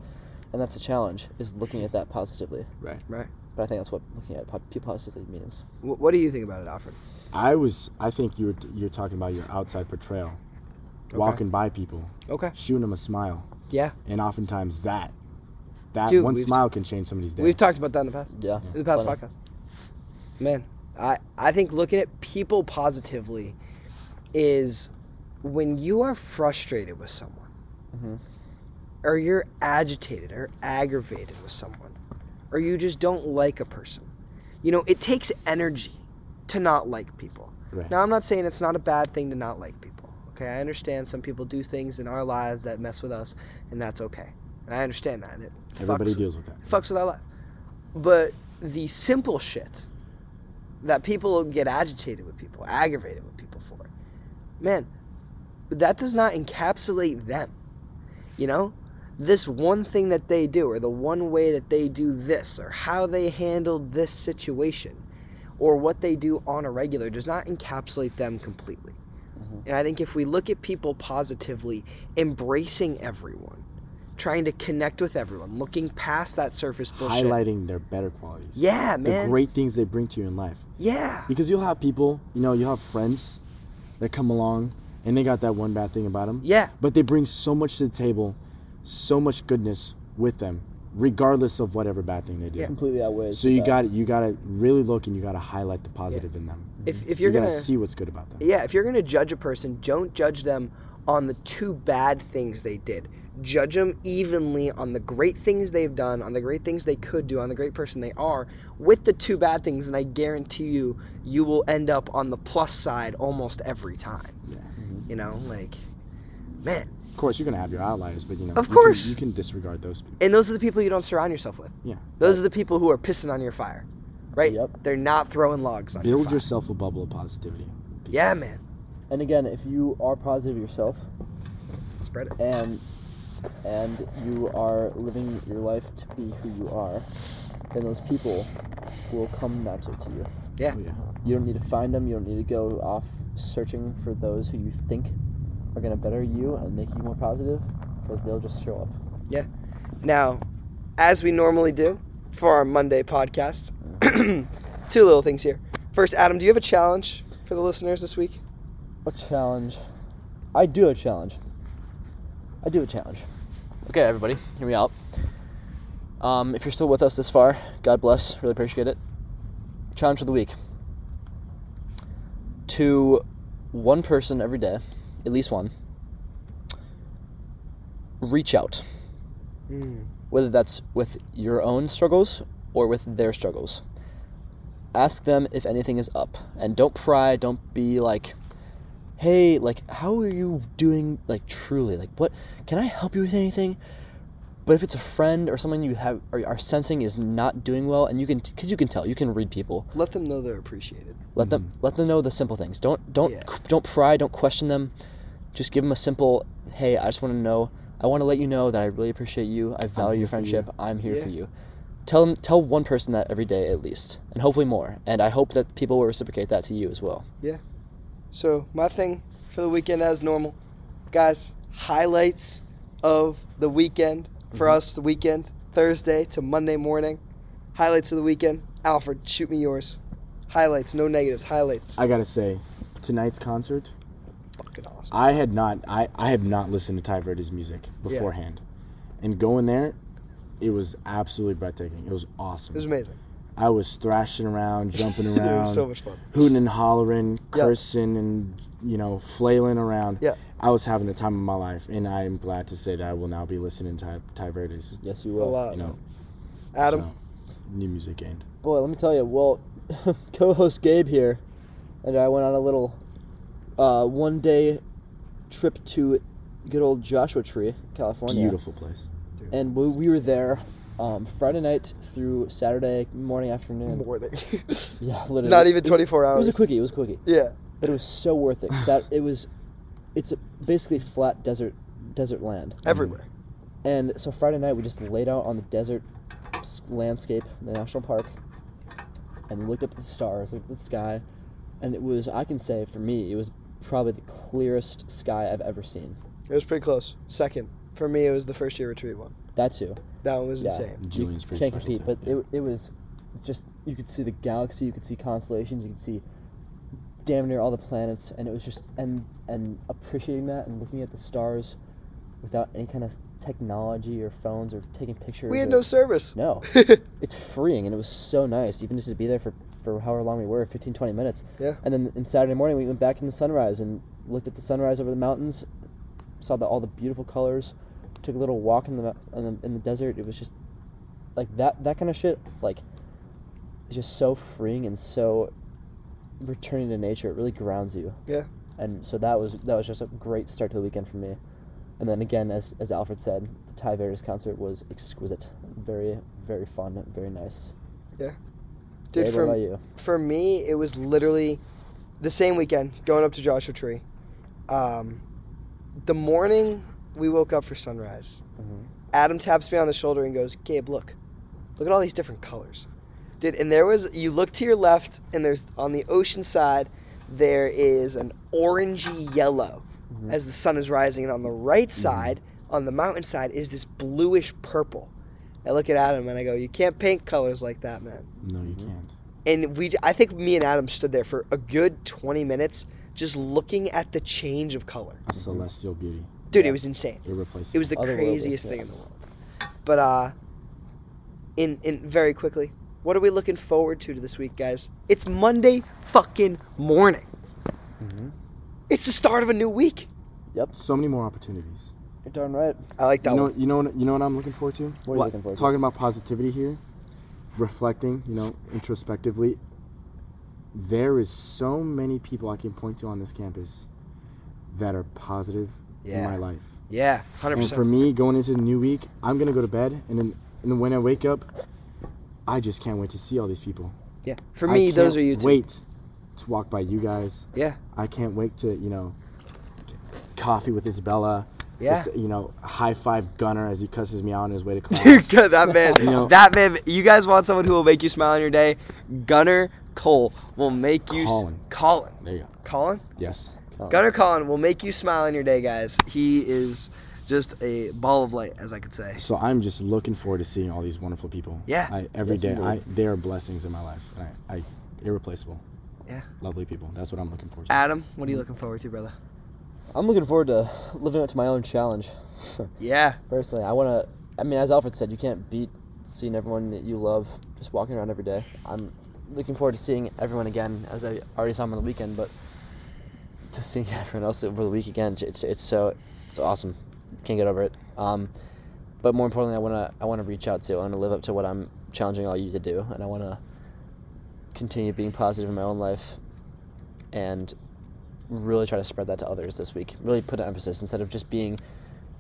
[SPEAKER 3] and that's the challenge is looking at that positively.
[SPEAKER 1] Right.
[SPEAKER 2] Right.
[SPEAKER 3] But I think that's what looking at it po- positively means.
[SPEAKER 2] Wh- what do you think about it, Alfred?
[SPEAKER 1] I was. I think you were. You're talking about your outside portrayal,
[SPEAKER 2] Okay.
[SPEAKER 1] walking by people,
[SPEAKER 2] Okay.
[SPEAKER 1] shooting them a smile,
[SPEAKER 2] Yeah.
[SPEAKER 1] and oftentimes that, that
[SPEAKER 2] Dude,
[SPEAKER 1] one
[SPEAKER 2] we've-
[SPEAKER 1] smile can change somebody's day.
[SPEAKER 2] We've talked about that in the past.
[SPEAKER 3] Yeah.
[SPEAKER 2] In the past
[SPEAKER 3] Plenty.
[SPEAKER 2] podcast. Man, I, I think looking at people positively is when you are frustrated with someone
[SPEAKER 1] Mm-hmm.
[SPEAKER 3] Mhm.
[SPEAKER 2] or you're agitated or aggravated with someone or you just don't like a person. You know, it takes energy to not like people.
[SPEAKER 1] Right.
[SPEAKER 2] Now, I'm not saying it's not a bad thing to not like people. Okay, I understand some people do things in our lives that mess with us, and that's okay. And I understand that. and It
[SPEAKER 1] Everybody
[SPEAKER 2] fucks-
[SPEAKER 1] deals with that.
[SPEAKER 2] fucks with our life. But the simple shit that people get agitated with people, aggravated with people for, man, that does not encapsulate them. You know? This one thing that they do, or the one way that they do this, or how they handle this situation, or what they do on a regular does not encapsulate them completely. And I think if we look at people positively, embracing everyone, trying to connect with everyone, looking past that surface bullshit.
[SPEAKER 1] Highlighting their better qualities.
[SPEAKER 2] Yeah,
[SPEAKER 1] The
[SPEAKER 2] man.
[SPEAKER 1] great things they bring to you in life.
[SPEAKER 2] yeah.
[SPEAKER 1] Because you'll have people, you know, you'll have friends that come along and they got that one bad thing about them.
[SPEAKER 2] Yeah.
[SPEAKER 1] But they bring so much to the table, so much goodness with them, regardless of whatever bad thing they do.
[SPEAKER 2] Yeah.
[SPEAKER 3] Completely outweighs.
[SPEAKER 1] So you
[SPEAKER 3] that.
[SPEAKER 1] got to you got to really look and you got to highlight the positive in them.
[SPEAKER 2] If, if you're,
[SPEAKER 1] you got
[SPEAKER 2] gonna,
[SPEAKER 1] to see what's good about them.
[SPEAKER 2] yeah, if you're gonna judge a person, don't judge them on the two bad things they did. Judge them evenly on the great things they've done, on the great things they could do, on the great person they are, with the two bad things, and I guarantee you, you will end up on the plus side almost every time.
[SPEAKER 1] Yeah. mm-hmm.
[SPEAKER 2] You know, like, man.
[SPEAKER 1] Of course, you're gonna have your outliers, but you know,
[SPEAKER 2] Of
[SPEAKER 1] you can-
[SPEAKER 2] course.
[SPEAKER 1] you can disregard those people.
[SPEAKER 2] And those are the people you don't surround yourself with.
[SPEAKER 1] Yeah.
[SPEAKER 2] Those are the people who are pissing on your fire, right?
[SPEAKER 3] Yep.
[SPEAKER 2] They're not throwing logs on your
[SPEAKER 1] Build
[SPEAKER 2] fire.
[SPEAKER 1] yourself a bubble of positivity.
[SPEAKER 2] Yeah, man.
[SPEAKER 3] And again, if you are positive yourself
[SPEAKER 2] Spread it.
[SPEAKER 3] and and you are living your life to be who you are, then those people will come naturally to you.
[SPEAKER 2] Yeah.
[SPEAKER 1] Oh, yeah.
[SPEAKER 3] You don't need to find them. You don't need to go off searching for those who you think are going to better you and make you more positive because they'll just show up.
[SPEAKER 2] Now, as we normally do for our Monday podcast, two little things here. First, Adam, do you have a challenge for the listeners this week?
[SPEAKER 3] A challenge. I do a challenge. I do a challenge. Okay, everybody, hear me out. Um, if you're still with us this far, God bless. Really appreciate it. Challenge for the week. To one person every day, at least one, reach out.
[SPEAKER 2] Hmm,
[SPEAKER 3] whether that's with your own struggles or with their struggles. Ask them if anything is up and don't pry, don't be like, hey, like, how are you doing? Like, truly, like, what can I help you with anything? But if it's a friend or someone you have or are sensing is not doing well, and you can, because you can tell, you can read people.
[SPEAKER 2] Let them know they're appreciated.
[SPEAKER 3] Let them let them know the simple things. Don't don't
[SPEAKER 2] Yeah.
[SPEAKER 3] don't pry. Don't question them. Just give them a simple, hey, I just want to know. I want to let you know that I really appreciate you. I value
[SPEAKER 1] here
[SPEAKER 3] your
[SPEAKER 1] for you."
[SPEAKER 3] friendship. I'm here for
[SPEAKER 2] Yeah.
[SPEAKER 3] you. Tell them, tell one person that every day at least, and hopefully more. And I hope that people will reciprocate that to you as well.
[SPEAKER 2] So, my thing for the weekend, as normal, guys, highlights of the weekend for us, the weekend, Thursday to Monday morning. Highlights of the weekend. Alfred, shoot me yours. Highlights, no negatives, highlights.
[SPEAKER 1] I gotta say, tonight's concert,
[SPEAKER 2] Fucking awesome.
[SPEAKER 1] I had not I, I have not listened to Ty Verde's music beforehand. And going there, it was absolutely breathtaking. It was awesome.
[SPEAKER 2] It was amazing.
[SPEAKER 1] I was thrashing around, jumping
[SPEAKER 2] It
[SPEAKER 1] around,
[SPEAKER 2] was so much fun.
[SPEAKER 1] hooting and hollering,
[SPEAKER 2] Yeah.
[SPEAKER 1] cursing and you know, flailing around.
[SPEAKER 2] Yeah.
[SPEAKER 1] I was having the time of my life and I am glad to say that I will now be listening to Ty, Ty Verde's
[SPEAKER 3] Yes, you
[SPEAKER 2] A
[SPEAKER 3] will.
[SPEAKER 2] lot.
[SPEAKER 1] you know
[SPEAKER 2] Adam,
[SPEAKER 1] so, new music and
[SPEAKER 3] Boy, let me tell you. Well, co-host Gabe here, and I went on a little uh, one-day trip to good old Joshua Tree, California.
[SPEAKER 1] beautiful place.
[SPEAKER 3] and we, we were there um, Friday night through Saturday morning afternoon.
[SPEAKER 2] morning.
[SPEAKER 3] Yeah, literally.
[SPEAKER 2] Not even
[SPEAKER 3] It was-
[SPEAKER 2] 24
[SPEAKER 3] It was
[SPEAKER 2] hours.
[SPEAKER 3] a quickie. It was a quickie,
[SPEAKER 2] yeah.
[SPEAKER 3] but it was so worth it. Sat, it was, it's a basically flat desert desert land.
[SPEAKER 2] Everywhere.
[SPEAKER 3] And so Friday night, we just laid out on the desert s- landscape, in the national park, and looked up at the stars, looked at the sky, and it was, I can say, for me, it was probably the clearest sky I've ever seen.
[SPEAKER 2] It was pretty close. Second. For me, it was the first year retreat one.
[SPEAKER 3] That too.
[SPEAKER 2] That one was
[SPEAKER 3] Yeah.
[SPEAKER 2] insane.
[SPEAKER 1] Julian's pretty
[SPEAKER 3] Can't
[SPEAKER 1] special too.
[SPEAKER 3] compete, but it, it was just, you could see the galaxy, you could see constellations, you could see damn near all the planets, and it was just, and, and appreciating that and looking at the stars without any kind of technology or phones or taking pictures.
[SPEAKER 2] We had
[SPEAKER 3] or-
[SPEAKER 2] no service.
[SPEAKER 3] No. it's freeing and it was so nice even just to be there for, for however long we were 15 20 minutes
[SPEAKER 2] Yeah.
[SPEAKER 3] and then in saturday morning we went back in the sunrise and looked at the sunrise over the mountains saw the, all the beautiful colors took a little walk in the, mou- in the in the desert it was just like that that kind of shit like it's just so freeing and so returning to nature it really grounds you
[SPEAKER 2] Yeah.
[SPEAKER 3] and so that was that was just a great start to the weekend for me and then again, as, as Alfred said, the Ty Varys concert was exquisite. Very, very fun, very nice.
[SPEAKER 2] Dude,
[SPEAKER 3] Dave,
[SPEAKER 2] for,
[SPEAKER 3] what about you?
[SPEAKER 2] for me, it was literally the same weekend going up to Joshua Tree. Um, the morning we woke up for sunrise,
[SPEAKER 3] Mhm.
[SPEAKER 2] Adam taps me on the shoulder and goes, "Gabe, look, look at all these different colors, dude." And there was you look to your left, and there's on the ocean side, there is an orangey yellow
[SPEAKER 3] Mhm.
[SPEAKER 2] as the sun is rising, and on the right side, on the mountain side, is this bluish purple. I look at Adam and I go, "You can't paint colors like that, man."
[SPEAKER 1] No, you can't.
[SPEAKER 2] and we I think me and Adam stood there for a good 20 minutes just looking at the change of color.
[SPEAKER 1] A celestial beauty,
[SPEAKER 2] Dude,
[SPEAKER 3] Yeah.
[SPEAKER 2] it was insane. It
[SPEAKER 1] irreplaceable.
[SPEAKER 2] was the
[SPEAKER 3] Otherworldly,
[SPEAKER 2] craziest
[SPEAKER 3] yeah.
[SPEAKER 2] thing in the world. But uh in in very quickly, what are we looking forward to this week, guys? It's Monday fucking morning.
[SPEAKER 3] Mhm.
[SPEAKER 2] It's the start of a new week.
[SPEAKER 1] so many more opportunities.
[SPEAKER 3] You're darn right.
[SPEAKER 2] I like that
[SPEAKER 1] you know,
[SPEAKER 2] one.
[SPEAKER 1] you know, what- you know what I'm looking forward to.
[SPEAKER 3] What are you looking forward to?
[SPEAKER 1] Talking about positivity here, reflecting, you know, introspectively. There is so many people I can point to on this campus that are positive in
[SPEAKER 2] Yeah.
[SPEAKER 1] my life.
[SPEAKER 2] Yeah,
[SPEAKER 1] And
[SPEAKER 2] 100%.
[SPEAKER 1] for me, going into the new week, I'm gonna go to bed, and then and then when I wake up, I just can't wait to see all these people.
[SPEAKER 2] yeah. For
[SPEAKER 1] I
[SPEAKER 2] me, those
[SPEAKER 1] can't
[SPEAKER 2] are you two.
[SPEAKER 1] Wait to walk by you guys.
[SPEAKER 2] Yeah.
[SPEAKER 1] I can't wait to you know, coffee with Isabella.
[SPEAKER 2] Yeah.
[SPEAKER 1] Just, you know, high five Gunner as he cusses me out on his way to
[SPEAKER 2] Dude,
[SPEAKER 1] class.
[SPEAKER 2] that man,
[SPEAKER 1] You know-
[SPEAKER 2] that man. You guys want someone who will make you smile on your day? Gunner Cole will make you. s-
[SPEAKER 1] Colin.
[SPEAKER 2] Colin.
[SPEAKER 1] there you go.
[SPEAKER 2] Colin.
[SPEAKER 1] Yes.
[SPEAKER 2] Gunner Colin will make you smile on your day, guys. He is just a ball of light, as I could say.
[SPEAKER 1] So I'm just looking forward to seeing all these wonderful people.
[SPEAKER 2] Yeah.
[SPEAKER 1] I, every
[SPEAKER 3] Yes,
[SPEAKER 1] day,
[SPEAKER 3] indeed.
[SPEAKER 1] I they are blessings in my life. And I, I irreplaceable.
[SPEAKER 2] Yeah.
[SPEAKER 1] Lovely people. That's what I'm looking forward to.
[SPEAKER 2] Adam, what are you looking forward to, brother?
[SPEAKER 3] I'm looking forward to living up to my own challenge.
[SPEAKER 2] Yeah,
[SPEAKER 3] Personally, I want to. I mean, as Alfred said, you can't beat seeing everyone that you love just walking around every day. I'm looking forward to seeing everyone again, as I already saw them on the weekend, but to seeing everyone else over the week again, it's it's so it's awesome. Can't get over it. Um, but more importantly, I wanna I wanna reach out to. I wanna live up to what I'm challenging all you to do, and I wanna continue being positive in my own life, and really try to spread that to others this week. Really put an emphasis instead of just being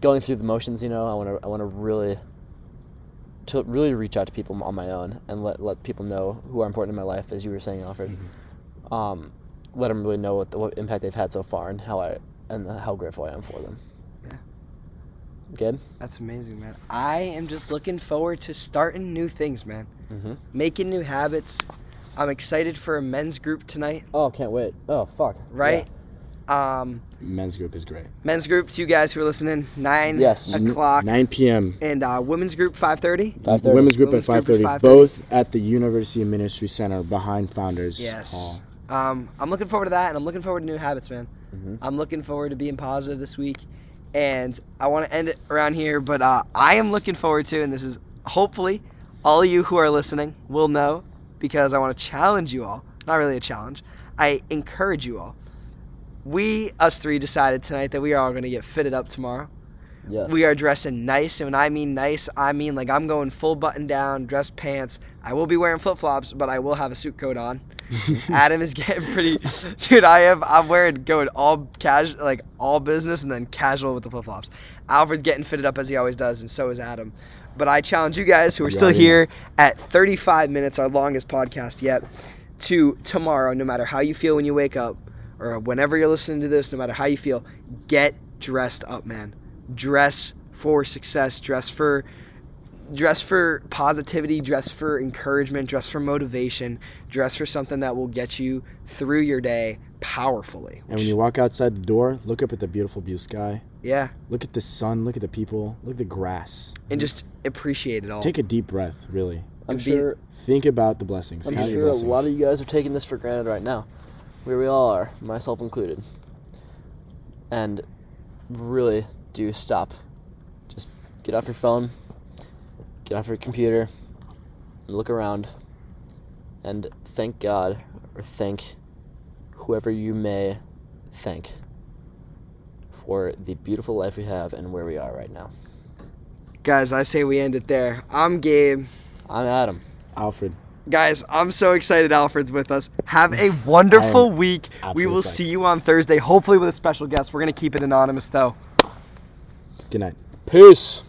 [SPEAKER 3] going through the motions. You know, I wanna I wanna really to really reach out to people on my own and let let people know who are important in my life, as you were saying, Alfred.
[SPEAKER 2] Mm-hmm.
[SPEAKER 3] Um, let them really know what the, what impact they've had so far and how I and how grateful I am for them.
[SPEAKER 2] Yeah.
[SPEAKER 3] Good.
[SPEAKER 2] that's amazing, man. I am just looking forward to starting new things, man.
[SPEAKER 3] Mhm.
[SPEAKER 2] Making new habits. I'm excited for a men's group tonight,
[SPEAKER 3] Oh, can't wait. Oh, fuck.
[SPEAKER 2] right? Um,
[SPEAKER 1] Men's group is great.
[SPEAKER 2] men's group, to you guys who are listening, nine
[SPEAKER 3] Yes.
[SPEAKER 2] o'clock,
[SPEAKER 1] 9 p.m.
[SPEAKER 2] and uh, women's group, five thirty.
[SPEAKER 3] Five thirty.
[SPEAKER 1] Women's group
[SPEAKER 2] Women's
[SPEAKER 1] at
[SPEAKER 2] group at
[SPEAKER 1] 5:30,
[SPEAKER 2] 5:30.
[SPEAKER 1] both at the University Ministry Center behind Founders
[SPEAKER 2] Yes.
[SPEAKER 1] Hall.
[SPEAKER 2] Um, I'm looking forward to that, and I'm looking forward to new habits, man.
[SPEAKER 3] Mhm.
[SPEAKER 2] I'm looking forward to being positive this week, and I want to end it around here. But uh, I am looking forward to, and this is hopefully all of you who are listening will know, because I want to challenge you all. Not really a challenge. I encourage you all. We, us three, decided tonight that we are all going to get fitted up tomorrow.
[SPEAKER 3] Yes.
[SPEAKER 2] We are dressing nice, and when I mean nice, I mean like I'm going full button down, dress pants. I will be wearing flip flops, but I will have a suit coat on. Adam is getting pretty, dude. I have I'm wearing going all casual, like all business, and then casual with the flip flops. Alfred's getting fitted up as he always does, and so is Adam. But I challenge you guys who are
[SPEAKER 1] You
[SPEAKER 2] still
[SPEAKER 1] already
[SPEAKER 2] here at 35 minutes, our longest podcast yet, to tomorrow. No matter how you feel when you wake up, or whenever you're listening to this, no matter how you feel, get dressed up, man dress for success, dress for dress for positivity, dress for encouragement, dress for motivation, dress for something that will get you through your day powerfully.
[SPEAKER 1] And when you walk outside the door, look up at the beautiful blue sky.
[SPEAKER 2] Yeah,
[SPEAKER 1] Look at the sun. Look at the people. Look at the grass.
[SPEAKER 2] and just appreciate it all.
[SPEAKER 1] Take a deep breath, really.
[SPEAKER 3] I'm
[SPEAKER 2] Be-
[SPEAKER 3] sure.
[SPEAKER 1] Think about the blessings.
[SPEAKER 3] I'm
[SPEAKER 1] count your
[SPEAKER 3] sure a
[SPEAKER 1] blessings.
[SPEAKER 3] lot of you guys are taking this for granted right now, where we all are, myself included. And really do stop. Just get off your phone, get off your computer, and look around, and thank God or thank whoever you may thank for the beautiful life we have and where we are right now.
[SPEAKER 2] Guys, I say we end it there. I'm Gabe.
[SPEAKER 3] I'm Adam.
[SPEAKER 1] Alfred.
[SPEAKER 2] Guys, I'm so excited Alfred's with us. Have a wonderful week. We
[SPEAKER 1] absolutely
[SPEAKER 2] will
[SPEAKER 1] psyched.
[SPEAKER 2] see you on Thursday, hopefully with a special guest. We're going to keep it anonymous though.
[SPEAKER 1] Good night.
[SPEAKER 3] Peace.